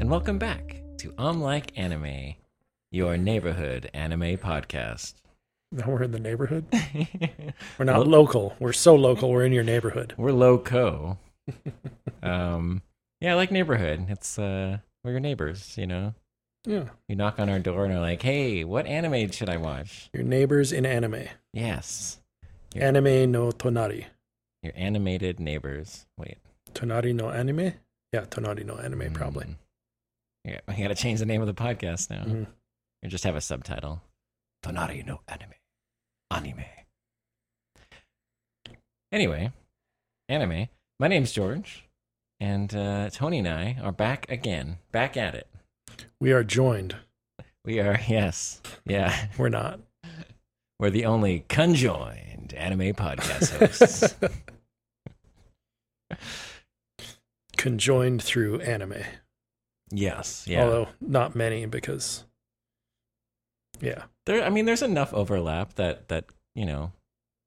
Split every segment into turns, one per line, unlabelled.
and welcome back to I'm Like Anime, your neighborhood anime podcast.
Now we're in the neighborhood. We're not local. We're so local. We're in your neighborhood.
We're loco. um, yeah, I like neighborhood. It's uh, we're your neighbors, you know.
Yeah.
You knock on our door and are like, "Hey, what anime should I watch?"
Your neighbors in anime.
Yes, Yeah.
Anime no tonari.
your animated neighbors. Wait,
Tonari no anime? Yeah, tonari no anime, probably.
Mm. Yeah, we got to change the name of the podcast now.
Mhm.
Or just have a subtitle. Tonari no anime. Anime. Anyway, anime. My name's George, and uh, Tony and I are back again, back at it.
We are joined.
We are, yes, yeah,
We're not.
we're the only conjoined anime podcast hosts.
Conjoined through anime.
yes, yeah.
Although not many because, yeah.
there i mean there's enough overlap that that you know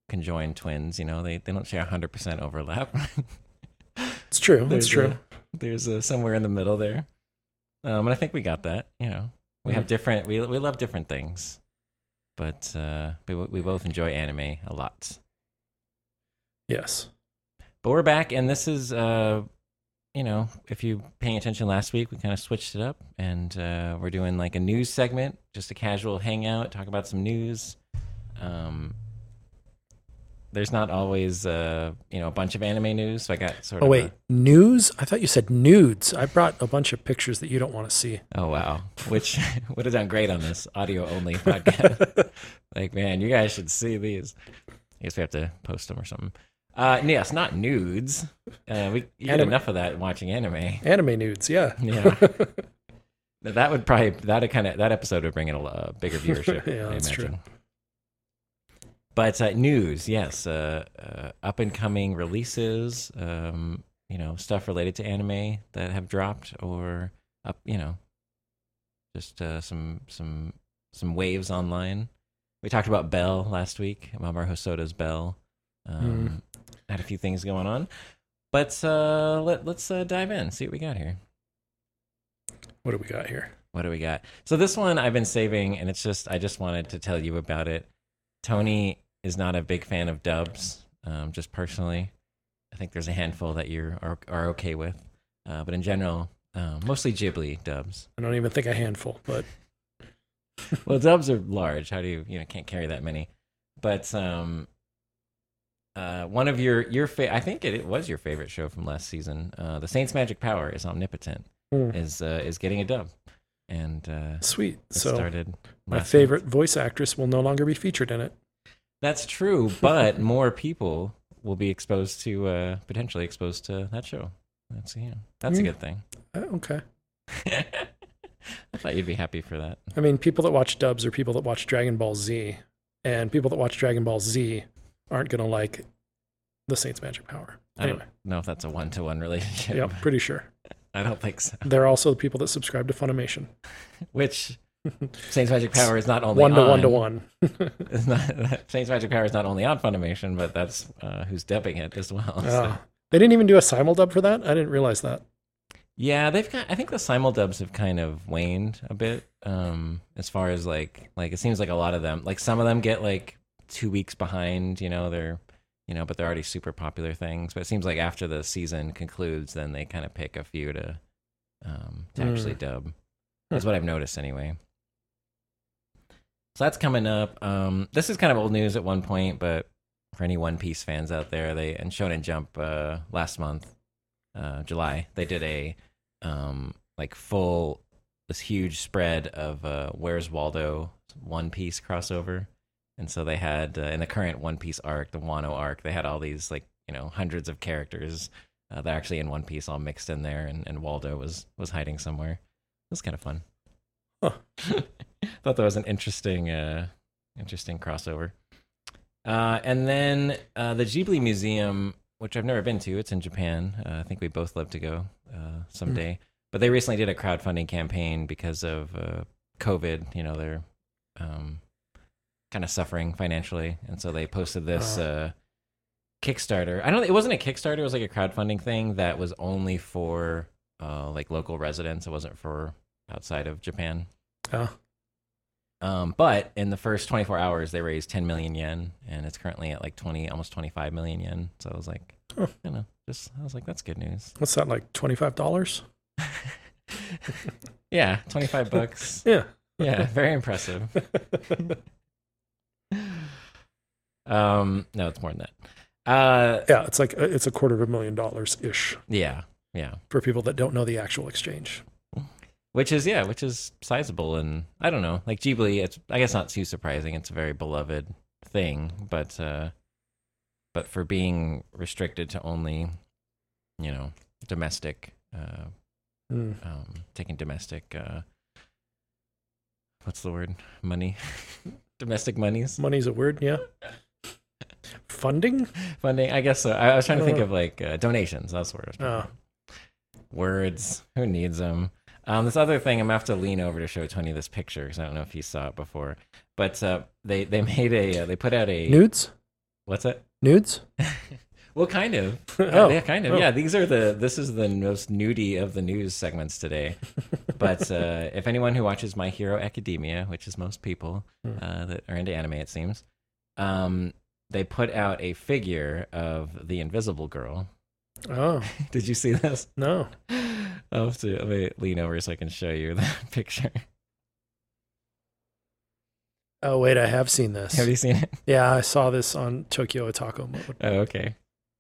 conjoined twins you know they, they don't share 100% overlap
It's true.
There's
it's true.
a- there's a, somewhere in the middle there um and i think we got that you know we
Mm-hmm.
have different we, we love different things but uh we, we both enjoy anime a lot
yes.
but we're back and this is uh you know if you paying attention last week we kind of switched it up and uh we're doing like a news segment just a casual hangout talk about some news um there's not always uh you know a bunch of anime news so i got sort
Oh,
of
wait.
a-
News? I thought you said nudes. I brought a bunch of pictures that you don't want to see.
oh wow which would have done great on this audio only podcast like man you guys should see these i guess we have to post them or something uh yes not nudes uh we you get
Anime.
enough of that watching anime
Anime nudes, yeah.
Yeah. Th- that would probably that kind of that episode would bring in a lo- bigger viewership.
Yeah,
I
that's true.
imagine. But uh, news, yes, uh, uh, up and coming releases, um, you know, stuff related to anime that have dropped, or up, you know, just uh, some some some waves online. We talked about Bell last week, Mamoru Hosoda's Bell.
Hmm.
Um, Had a few things going on, but uh, let, let's uh, dive in, see what we got here.
What do we got here?
What do we got? So this one I've been saving, and it's just I just wanted to tell you about it. Tony is not a big fan of dubs, um, just personally. I think there's a handful that you are are okay with, uh, but in general, uh, mostly Ghibli dubs.
I don't even think a handful, but
well, dubs are large. How do you you know can't carry that many? But um, uh, one of your your fa- I think it, it was your favorite show from last season. Uh, the Saints Magic Power is omnipotent.
Hmm.
Is uh, is getting a dub, and uh,
sweet.
it
So
started.
my
last month.
favorite voice actress will no longer be featured in it.
That's true, but more people will be exposed to uh, potentially exposed to that show. That's you know, that's a
Mm.
good thing.
Uh, okay.
I thought you'd be happy for that.
I mean, people that watch dubs are people that watch Dragon Ball Z, and people that watch Dragon Ball Z aren't gonna like the Saints Magic Power.
I don't
Anyway,
know if that's a one to one relationship.
yeah, pretty sure.
I don't think so.
They're also the people that subscribe to Funimation.
Which Saints Magic Power is not only
One to one to
on-
one.
It's not, Saints Magic Power is not only on Funimation, but that's uh, who's dubbing it as well. so.
Ah. they didn't even do a simul dub for that. I didn't realize that.
Yeah, they've got. I think the simul dubs have kind of waned a bit. Um, as far as like, like it seems like a lot of them, like some of them get like two weeks behind. You know, they're, you know, but they're already super popular things. But it seems like after the season concludes, then they kind of pick a few to, um, to actually dub. That's what I've noticed anyway. So that's coming up. Um, this is kind of old news at one point, but for any One Piece fans out there, they and Shonen Jump uh, last month, uh, July, they did a um, like full this huge spread of uh, Where's Waldo One Piece crossover, and so they had uh, in the current One Piece arc, the Wano arc, they had all these like you know hundreds of characters. Uh, they're actually in One Piece, all mixed in there, and, and Waldo was was hiding somewhere. It was kind of fun.
Huh.
Thought that was an interesting uh, interesting crossover. Uh, and then uh, the Ghibli Museum, which I've never been to. It's in Japan. Uh, I think we both love to go uh, someday. But they recently did a crowdfunding campaign because of uh, COVID. You know, they're um, kind of suffering financially, and so they posted this.
Oh.
Uh, Kickstarter. I don't. It wasn't a Kickstarter. It was like a crowdfunding thing that was only for uh, like local residents. It wasn't for outside of Japan.
Oh.
Um, but in the first 24 hours, they raised 10 million yen, and it's currently at like 20, almost 25 million yen. So I was like,
Huh.
you know, just I was like, that's good news.
What's that like? Twenty five dollars?
Yeah, 25 bucks.
Yeah.
yeah, very impressive. Um, no, it's more than that. Uh,
yeah, it's like it's a quarter of a million dollars ish
yeah, yeah.
for people that don't know the actual exchange.
which is yeah, which is sizable, and I don't know, like Ghibli. It's I guess not too surprising. It's a very beloved thing, but uh, but for being restricted to only, you know, domestic, uh,
Mm.
um, taking domestic, uh, what's the word? Money, domestic monies,
Money's a word, yeah. Funding?
funding. I guess so. I, I was trying to think
Uh.
of like uh, donations. That's the word. I was trying to
Uh,
words. Who needs them? Um, this other thing, I'm gonna have to lean over to show Tony this picture because I don't know if he saw it before. But uh, they they made a uh, they put out a
nudes?
what's it?
Nudes?
Well, kind of.
oh,
yeah, kind of.
oh.
Yeah, these are the this is the most nudie of the news segments
Oh.
today. But uh, if anyone who watches My Hero Academia, which is most people
Hmm.
uh, that are into anime, it seems, um, they put out a figure of the Invisible Girl.
Oh,
Did you see this?
no.
I'll have to let me lean over so I can show you that picture.
Oh, wait, I have seen this.
Have you seen it?
yeah, I saw this on Tokyo Otaku Mode.
Oh, okay.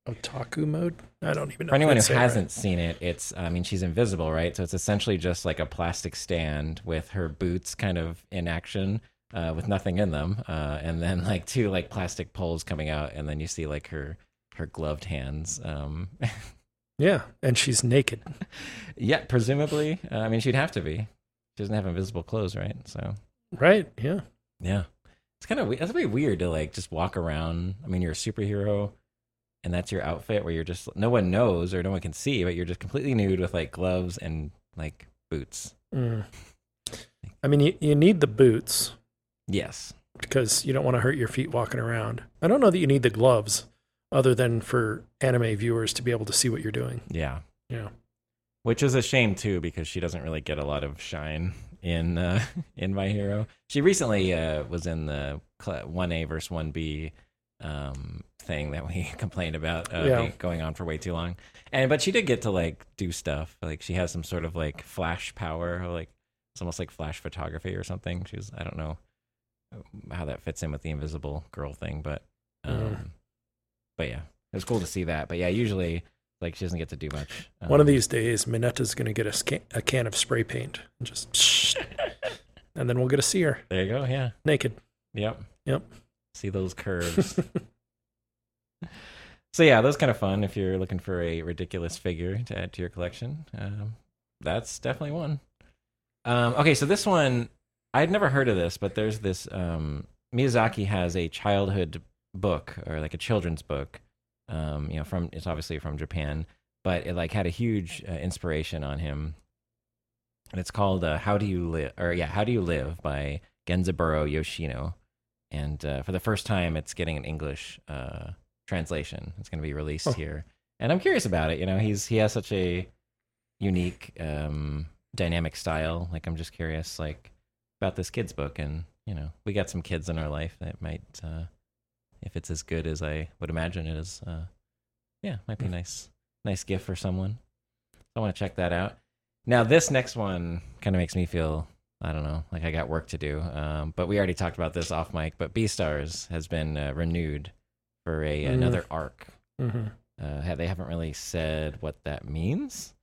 Otaku Mode? I don't even know.
For
if
anyone
that's
who
it, right?
hasn't seen it, it's I mean she's invisible, right? So it's essentially just like a plastic stand with her boots kind of in action, uh, with nothing in them, uh, and then like two like plastic poles coming out, and then you see like her her gloved hands. Um,
Yeah, and she's naked.
yeah, presumably. Uh, I mean, she'd have to be. She doesn't have invisible clothes, right? So
Right? Yeah.
Yeah. It's kind of we- that's very weird to like just walk around. I mean, you're a superhero and that's your outfit where you're just no one knows or no one can see, but you're just completely nude with like gloves and like boots.
Mm. I mean, you, you need the boots
Yes.
because you don't want to hurt your feet walking around. I don't know that you need the gloves other than for anime viewers to be able to see what you're doing.
Yeah.
Yeah.
Which is a shame too because she doesn't really get a lot of shine in uh in My Hero. She recently uh was in the cla- 1A versus 1B um thing that we complained about uh,
Yeah.
being- going on for way too long. And but she did get to like do stuff. Like she has some sort of like flash power, or like it's almost like flash photography or something. She's I don't know um, how that fits in with the invisible girl thing, but um,
Mhm.
but yeah, it was cool to see that. But yeah, usually like she doesn't get to do much.
One of
Um,
these days, Minetta's going to get a, sca- a can of spray paint and just, and then we'll get to see her
there you go. Yeah.
naked.
Yep.
Yep.
See those curves. so yeah, those kind of fun if you're looking for a ridiculous figure to add to your collection. Um, that's definitely one. Um, okay, so this one I'd never heard of this, but there's this um, Miyazaki has a childhood book or like a children's book. Um, you know, from it's obviously from Japan, but it like had a huge uh, inspiration on him. And it's called uh, "How Do You Live" or yeah, "How Do You Live" by Genzaburo Yoshino and uh, for the first time, it's getting an English uh, translation. It's going to be released
Huh.
here, and I'm curious about it. You know, he's he has such a unique, um, dynamic style. Like, I'm just curious, like about this kid's book, and you know, we got some kids in our life that might, uh, if it's as good as I would imagine it is, uh, yeah, might be a nice, nice gift for someone. I want to check that out. Now, this next one kind of makes me feel I don't know, like I got work to do. Um, but we already talked about this off mic. But B Stars has been uh, renewed for a
Mm.
another arc.
hmm
Uh, ha- they haven't really said what that means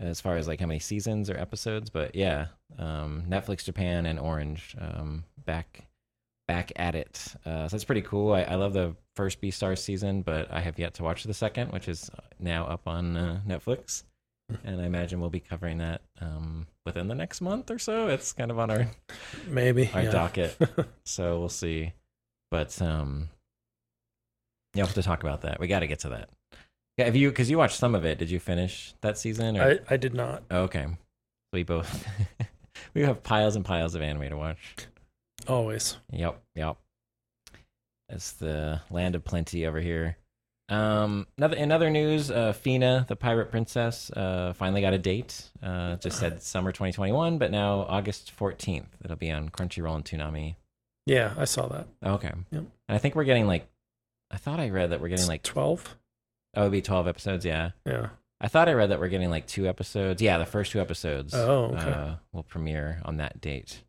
as far as like how many seasons or episodes. But yeah, um, Netflix Japan and Orange um, back back at it. Uh, so that's pretty cool. I, I love the first B Stars season, but I have yet to watch the second, which is now up on uh, Netflix. And I imagine we'll be covering that um, within the next month or so. It's kind of on our
Maybe.
our
yeah.
docket. so we'll see. But um, yeah, we'll have to talk about that. We got to get to that. Yeah, have you? Because you watched some of it. Did you finish that season? Or? Oh,
I, I did not.
okay, we both we have piles and piles of anime to watch.
Always.
Yep, yep. That's the land of plenty over here. Um, another in other news, uh, Fina, the pirate princess, uh, finally got a date. Uh, it just said summer 2021, but now August 14th. It'll be on Crunchyroll and Toonami.
Yeah, I saw that.
Okay.
Yep.
And I think we're getting like, I thought I read that we're getting like,
twelve.
oh, it'd be 12 episodes. Yeah.
Yeah.
I thought I read that we're getting like two episodes. Yeah, the first two episodes
Oh, okay.
uh, will premiere on that date.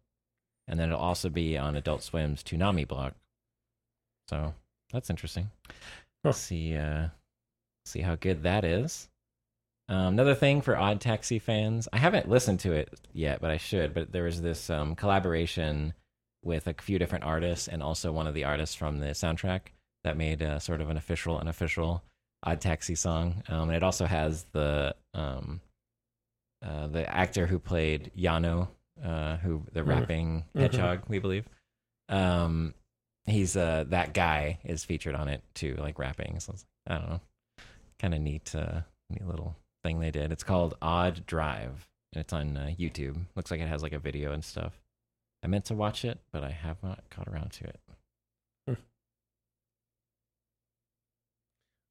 And then it'll also be on Adult Swim's Toonami blog. So that's interesting.
Huh.
See, uh, see how good that is. Um, another thing for Odd Taxi fans, I haven't listened to it yet, but I should. But there was this um, collaboration with a few different artists, and also one of the artists from the soundtrack that made uh, sort of an official, unofficial Odd Taxi song. Um, and it also has the um, uh, the actor who played Yano, uh, who the
Mhm.
rapping
Mhm.
hedgehog, we believe. Um, he's uh, that guy is featured on it too, like rapping. So it's, I don't know, kind of neat, uh, neat little thing they did. It's called Odd Drive, and it's on uh, YouTube. Looks like it has like a video and stuff. I meant to watch it, but I have not caught around to it.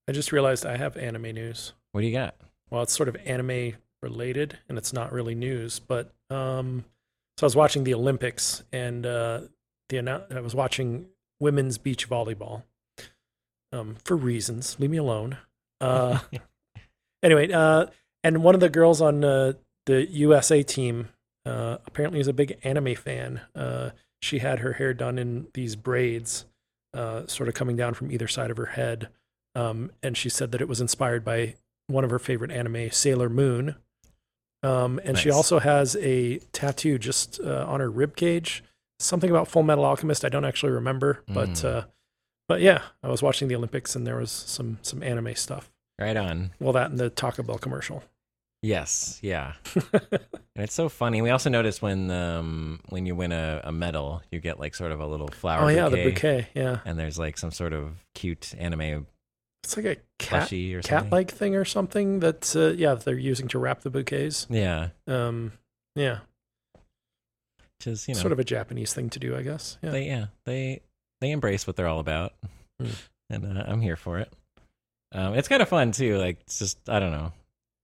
I just realized I have anime news.
What do you got?
Well, it's sort of anime related, and it's not really news, but um, so I was watching the Olympics, and uh, the annou- I was watching women's beach volleyball um, for reasons. Leave me alone. Uh, anyway, uh, and one of the girls on uh, the USA team uh, apparently is a big anime fan. Uh, she had her hair done in these braids, uh, sort of coming down from either side of her head. Um, and she said that it was inspired by one of her favorite anime, Sailor Moon. Um, and she
Nice.
also has a tattoo just uh, on her rib cage, something about Full Metal Alchemist. I don't actually remember, but
Mm.
uh, but yeah, I was watching the Olympics and there was some some anime stuff.
Right on.
Well, that and the Taco Bell commercial.
Yes, yeah. and it's so funny. We also noticed when um when you win a, a medal, you get like sort of a little flower.
oh yeah, the bouquet. Yeah,
And there's like some sort of cute anime
it's like a cat
plushie or something.
cat-like thing or something that uh, yeah they're using to wrap the bouquets.
yeah,
Um, yeah,
which is you know
sort of a Japanese thing to do, I guess. Yeah,
they yeah they they embrace what they're all about,
Mm.
and uh, I'm here for it. Um, it's kind of fun too. Like it's just I don't know,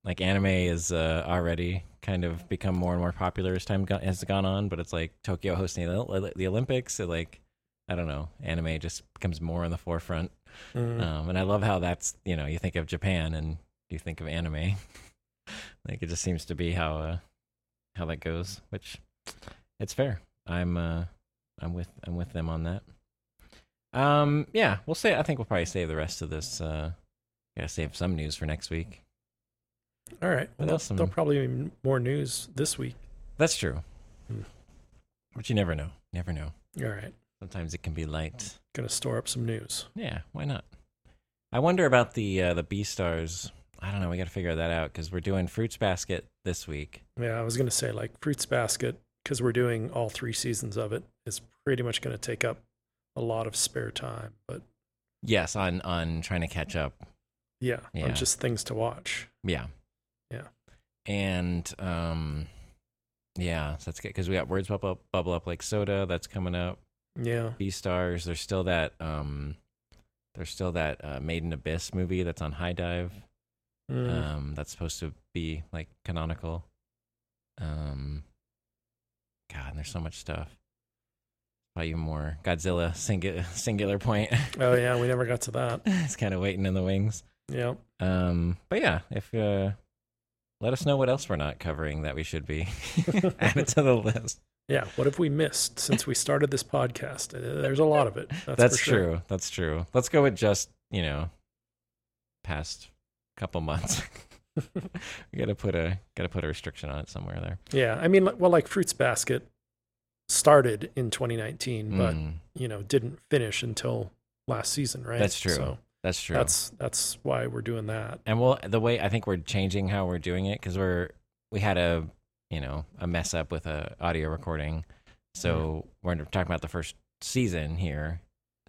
like anime is uh, already kind of become more and more popular as time go- has gone on. But it's like Tokyo hosting the, the Olympics, so like I don't know, anime just becomes more in the forefront.
Mm.
Um, and I love how that's you know you think of Japan and you think of anime. like it just seems to be how uh, how that goes, which it's fair. I'm uh, I'm with I'm with them on that. Um, yeah, we'll say I think we'll probably save the rest of this. Uh, gotta save some news for next week.
all right. Well,
else
there'll
am-
probably be more news this week.
That's true,
Hmm.
but you never know. Never know.
All right,
Sometimes it can be light.
gonna store up some news.
Yeah, why not? I wonder about the uh, the B stars. I don't know. We got to figure that out because we're doing Fruits Basket this week.
Yeah, I was gonna say like Fruits Basket because we're doing all three seasons of it is pretty much gonna take up a lot of spare time, but
Yes, on on trying to catch up.
yeah,
Yeah.
on just things to watch.
Yeah,
Yeah.
and um, yeah. So that's good because we got words bubble up, bubble up like soda. That's coming up.
Yeah.
B stars. There's still that um, there's still that uh, Maiden Abyss movie that's on High Dive.
Mm.
um, that's supposed to be like canonical. Um, God, and there's so much stuff. Probably even more Godzilla singu- singular point.
Oh yeah, we never got to that.
it's kind of waiting in the wings.
Yeah.
Um, but yeah, if uh, let us know what else we're not covering that we should be added to the list.
Yeah. What have we missed since we started this podcast? Uh, There's a lot of it. That's,
That's,
for
true.
sure.
That's true. Let's go with just you know, past couple months. we gotta put a gotta put a restriction on it somewhere there.
Yeah. I mean, like- well, like Fruits Basket started in 2019, but
Mm,
you know didn't finish until last season, right?
That's true.
So
that's true.
that's that's why we're doing that.
and well the way i think we're changing how we're doing it because we're we had a you know a mess up with a audio recording so
Mm-hmm.
we're talking about the first season here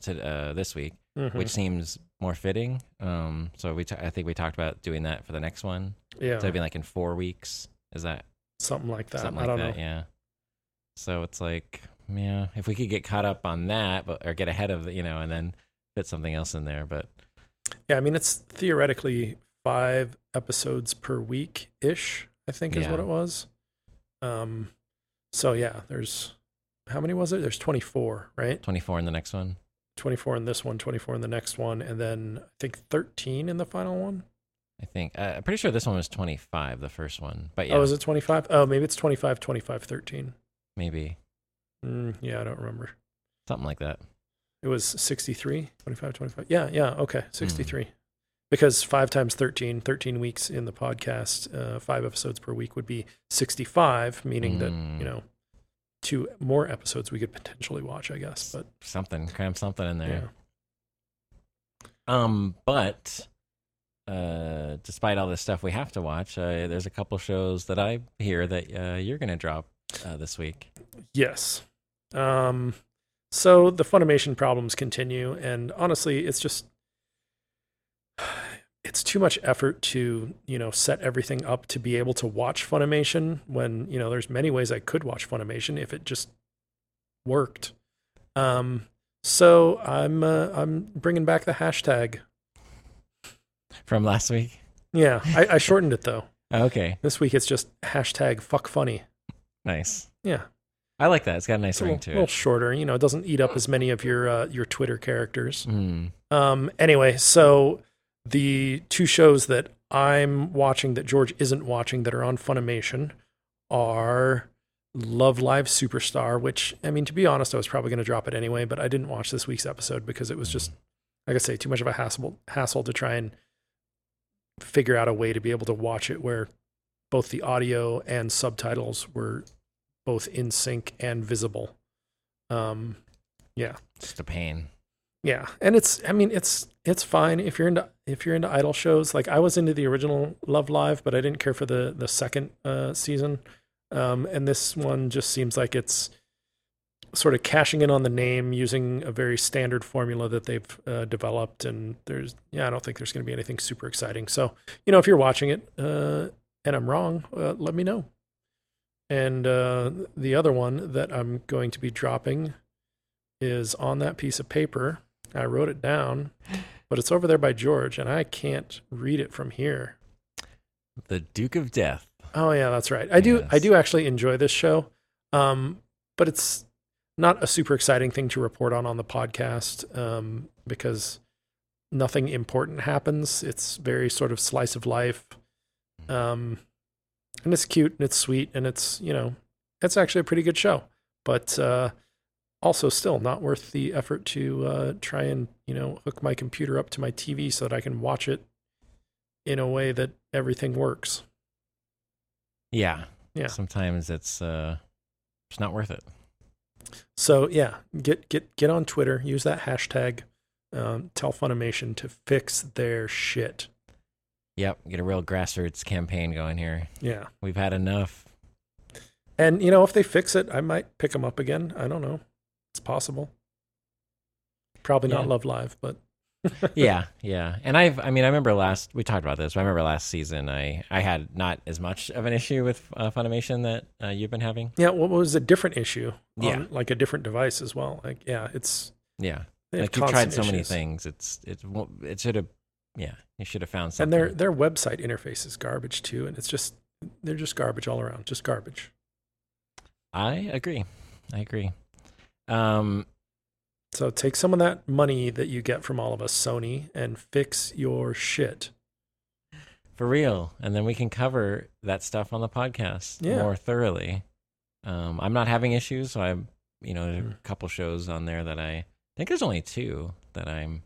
to uh, this week
Mhm.
which seems more fitting um so we t- i think we talked about doing that for the next one
yeah,
so it'd be like in four weeks is that
something like that.
something
I
like
don't
that
know.
yeah so it's like yeah if we could get caught up on that but or get ahead of the, you know and then fit something else in there but
Yeah, I mean it's theoretically five episodes per week ish. I think is
Yeah.
what it was. Um, so yeah, there's how many was it? There's 24, right?
24 in the next one.
24 in this one, 24 in the next one, and then I think 13 in the final one.
I think. Uh, I'm pretty sure this one was 25, the first one. But yeah,
Oh, is it 25? Oh, maybe it's 25, 25, 13.
maybe
Mm, yeah, I don't remember.
something like that.
It was 63, 25, 25. Yeah, yeah, okay,
Hmm.
63. Because 5 times 13, 13 weeks in the podcast, uh, 5 episodes per week would be 65, meaning that,
Mm.
you know, two more episodes we could potentially watch, I guess. But
Something, cram something in there.
yeah.
Um, but uh, despite all this stuff we have to watch, uh, there's a couple shows that I hear that uh, you're gonna drop uh, this week.
Yes. Um, so the Funimation problems continue, and honestly, it's just it's too much effort to you know set everything up to be able to watch Funimation when you know there's many ways I could watch Funimation if it just worked. Um, so I'm uh, I'm bringing back the hashtag.
from last week.
Yeah, I, I shortened it though.
Okay,
This week it's just hashtag fuck funny.
nice.
Yeah,
I like that. It's got a nice
it's a
ring
little,
to
little
it.
shorter. You know, it doesn't eat up as many of your uh, your Twitter characters.
Mm,
Um, anyway, so the two shows that I'm watching that George isn't watching that are on Funimation are Love Live Superstar, which I mean, to be honest, I was probably going to drop it anyway, but I didn't watch this week's episode because it was just, like I say, too much of a hassle hassle to try and figure out a way to be able to watch it where both the audio and subtitles were both in sync and visible. Um,
just a pain.
yeah, and it's I mean it's it's fine if you're into if you're into idol shows. Like I was into the original Love Live, but I didn't care for the the second uh, season. Um, and this one just seems like it's sort of cashing in on the name, using a very standard formula that they've uh, developed. And there's yeah, I don't think there's going to be anything super exciting. So you know, if you're watching it uh, and I'm wrong, uh, let me know. And uh, the other one that I'm going to be dropping is on that piece of paper. I wrote it down, but it's over there by George, and I can't read it from here.
The Duke of Death.
Oh yeah, that's right. I do. I
Yes.
do actually enjoy this show, um, but it's not a super exciting thing to report on on the podcast um, because nothing important happens. It's very sort of slice of life, um, and it's cute and it's sweet and it's you know it's actually a pretty good show, but uh, also still not worth the effort to uh, try and you know hook my computer up to my TV so that I can watch it in a way that everything works.
Yeah.
Yeah.
Sometimes it's uh, it's not worth it.
So yeah, get get get on Twitter. Use that hashtag. Um, tell Funimation to fix their shit.
Yep. Get a real grassroots campaign going here.
Yeah,
We've had enough.
and you know if they fix it, I might pick them up again. I don't know. It's possible. Probably not
Yeah.
Love Live, but
yeah, yeah. And I've, I mean, I remember last we talked about this. But I remember last season, I, I had not as much of an issue with uh, Funimation that uh, you've been having.
yeah, what was a different issue? on,
Yeah.
like a different device as well. Like yeah, it's
Yeah,
they have
like you tried
constant
so many
issues.
things. It's it won't- it should have, yeah, you should have found
and
something.
their their website interface is garbage too, and it's just they're just garbage all around, just garbage.
I agree, I agree. Um,
So take some of that money that you get from all of us, Sony, and fix your shit.
for real. And then we can cover that stuff on the podcast
Yeah.
more thoroughly. Um, I'm not having issues, so I'm, you know, there's
Mm.
a couple shows on there that I, I think there's only two that I'm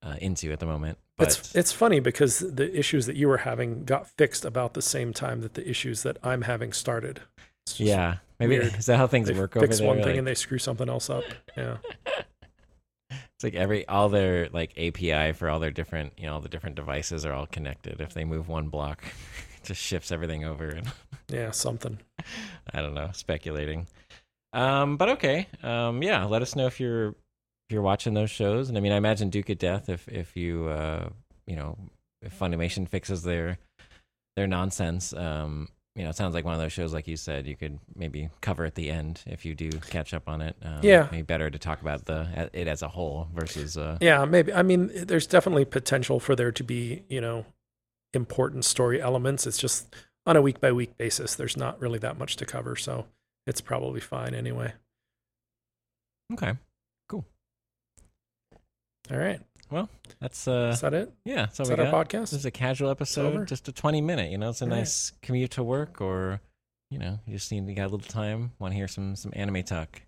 uh, into at the moment. But
It's it's funny because the issues that you were having got fixed about the same time that the issues that I'm having started. It's just-
yeah, maybe
weird.
is that how things
they
work over
fix
there?
one thing
Like,
and they screw something else up. Yeah,
it's like every all their like API for all their different you know all the different devices are all connected. If they move one block, it just shifts everything over. And
yeah, something.
I don't know, speculating. Um, but okay, um, yeah. Let us know if you're if you're watching those shows. And I mean, I imagine Duke of Death. If if you uh, you know if Funimation fixes their their nonsense, um, you know, it sounds like one of those shows, like you said, you could maybe cover at the end if you do catch up on it. Um,
Yeah.
maybe better to talk about the it as a whole versus uh,
Yeah, maybe. I mean, there's definitely potential for there to be, you know, important story elements. It's just on a week by week basis, there's not really that much to cover. So it's probably fine anyway.
okay.
All right.
That's uh,
Is that it?
yeah. That's all
Is
we
that our
got.
podcast?
This is a casual
over?
episode, just a 20 minute. You know, it's a
All right.
nice commute to work, or you know, you just need you got a little time. Want to hear some some anime talk?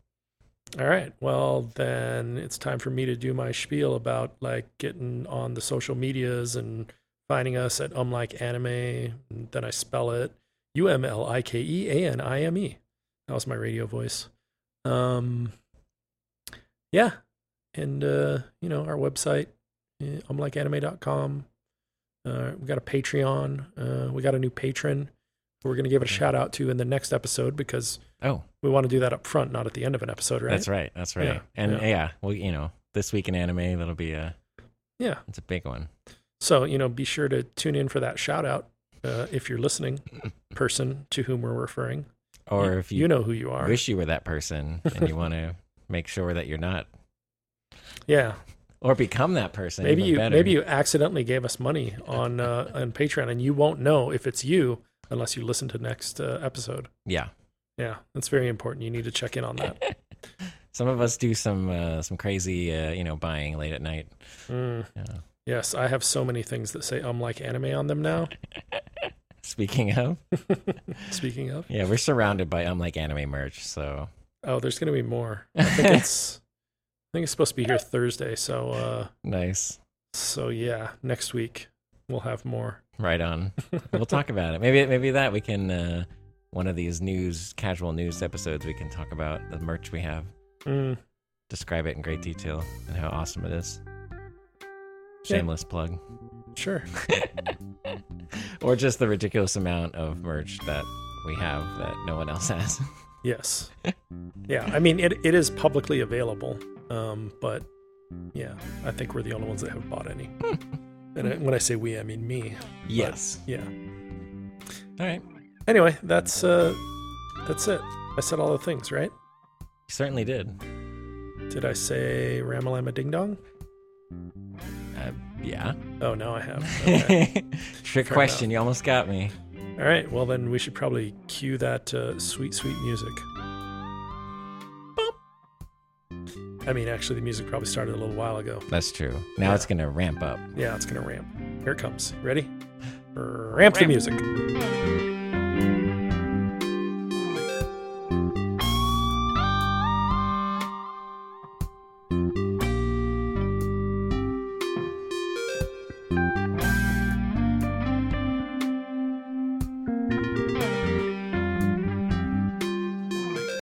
All right. Well, then it's time for me to do my spiel about like getting on the social medias and finding us at Umlike Anime. And then I spell it U M L I K E A N I M E. That was my radio voice. Um, yeah. And, uh, you know, our website, eh, umlikeanime.com. Uh, we got a Patreon. Uh, we got a new patron. We're going to give it a shout out to in the next episode because
Oh,
we want to do that up front, not at the end of an episode, right?
that's right. That's right.
Yeah,
And
yeah.
yeah. well, you know, this week in anime, that'll be a
Yeah.
it's a big one.
So, you know, be sure to tune in for that shout out uh, if you're listening, person to whom we're referring.
Or if you,
you know who you are.
wish you were that person and you want to make sure that you're not,
yeah.
or become that person,
Maybe
even
you
better.
maybe you accidentally gave us money on uh, on Patreon and you won't know if it's you unless you listen to next uh, episode.
yeah.
Yeah, that's very important. You need to check in on that.
Some of us do some uh, some crazy, uh, you know, buying late at night.
Mm.
Yeah.
Yes, I have so many things that say I'm like anime on them now.
Speaking of,
Speaking of,
yeah, we're surrounded by unlike anime merch, so
oh, there's going to be more. I think it's I think it's supposed to be here Thursday, so uh
nice.
So yeah, next week we'll have more.
Right on. we'll talk about it. Maybe maybe that we can uh, one of these news casual news episodes we can talk about the merch we have,
Mm,
describe it in great detail and how awesome it is.
Yeah.
Shameless plug.
sure.
Or just the ridiculous amount of merch that we have that no one else has.
Yes. Yeah. I mean, it, it is publicly available, um, but yeah, I think we're the only ones that have bought any. and I, when I say we, I mean me.
yes.
Yeah.
All right.
Anyway, that's uh, that's it. I said all the things, right?
You certainly did.
Did I say Ramalama Ding Dong?
Uh, yeah.
Oh, now I have. Okay.
Trick question. You almost got me.
all right. Well, then we should probably cue that uh, sweet, sweet music. I mean, actually, the music probably started a little while ago.
That's true. Now
Yeah.
it's going to ramp up.
Yeah, it's gonna ramp. Here it comes. Ready? Ramp, the music.
Thank you.